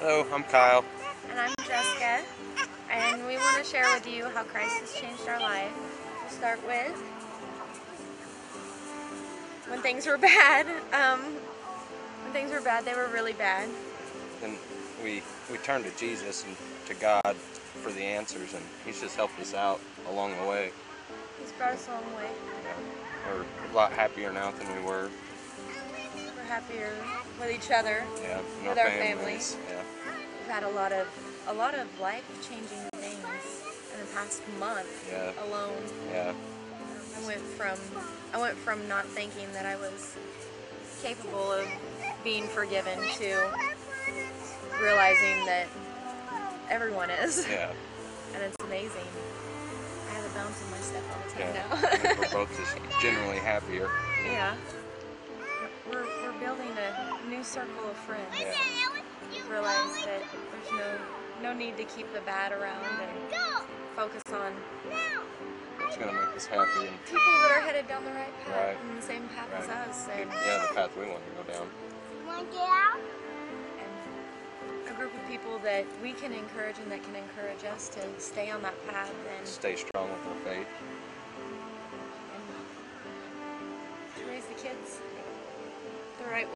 Hello, I'm Kyle. And I'm Jessica. And we want to share with you how Christ has changed our life. We'll start with when things were bad. Um, when things were bad, they were really bad. And we we turn to Jesus and to God for the answers, and He's just helped us out along the way. He's brought us a long way. You know, we're a lot happier now than we were. We're happier with each other. Yeah, and With our, our families. Yeah, We've had a lot of a lot of life-changing things in the past month yeah, alone. yeah, I went from I went from not thinking that I was capable of being forgiven to realizing that everyone is, yeah. and it's amazing. I have a bounce in my step all the time yeah. And now. we're both just generally happier. yeah, we're, we're building a new circle of friends. Yeah, Realize that there's no no need to keep the bad around and focus on it's gonna make us happy and people that are headed down the right path Right. and the same path as Right. us. And, yeah, the path we want to go down. Want to get out? and a group of people that we can encourage and that can encourage us to stay on that path and, Stay strong with our faith. and to raise the kids the right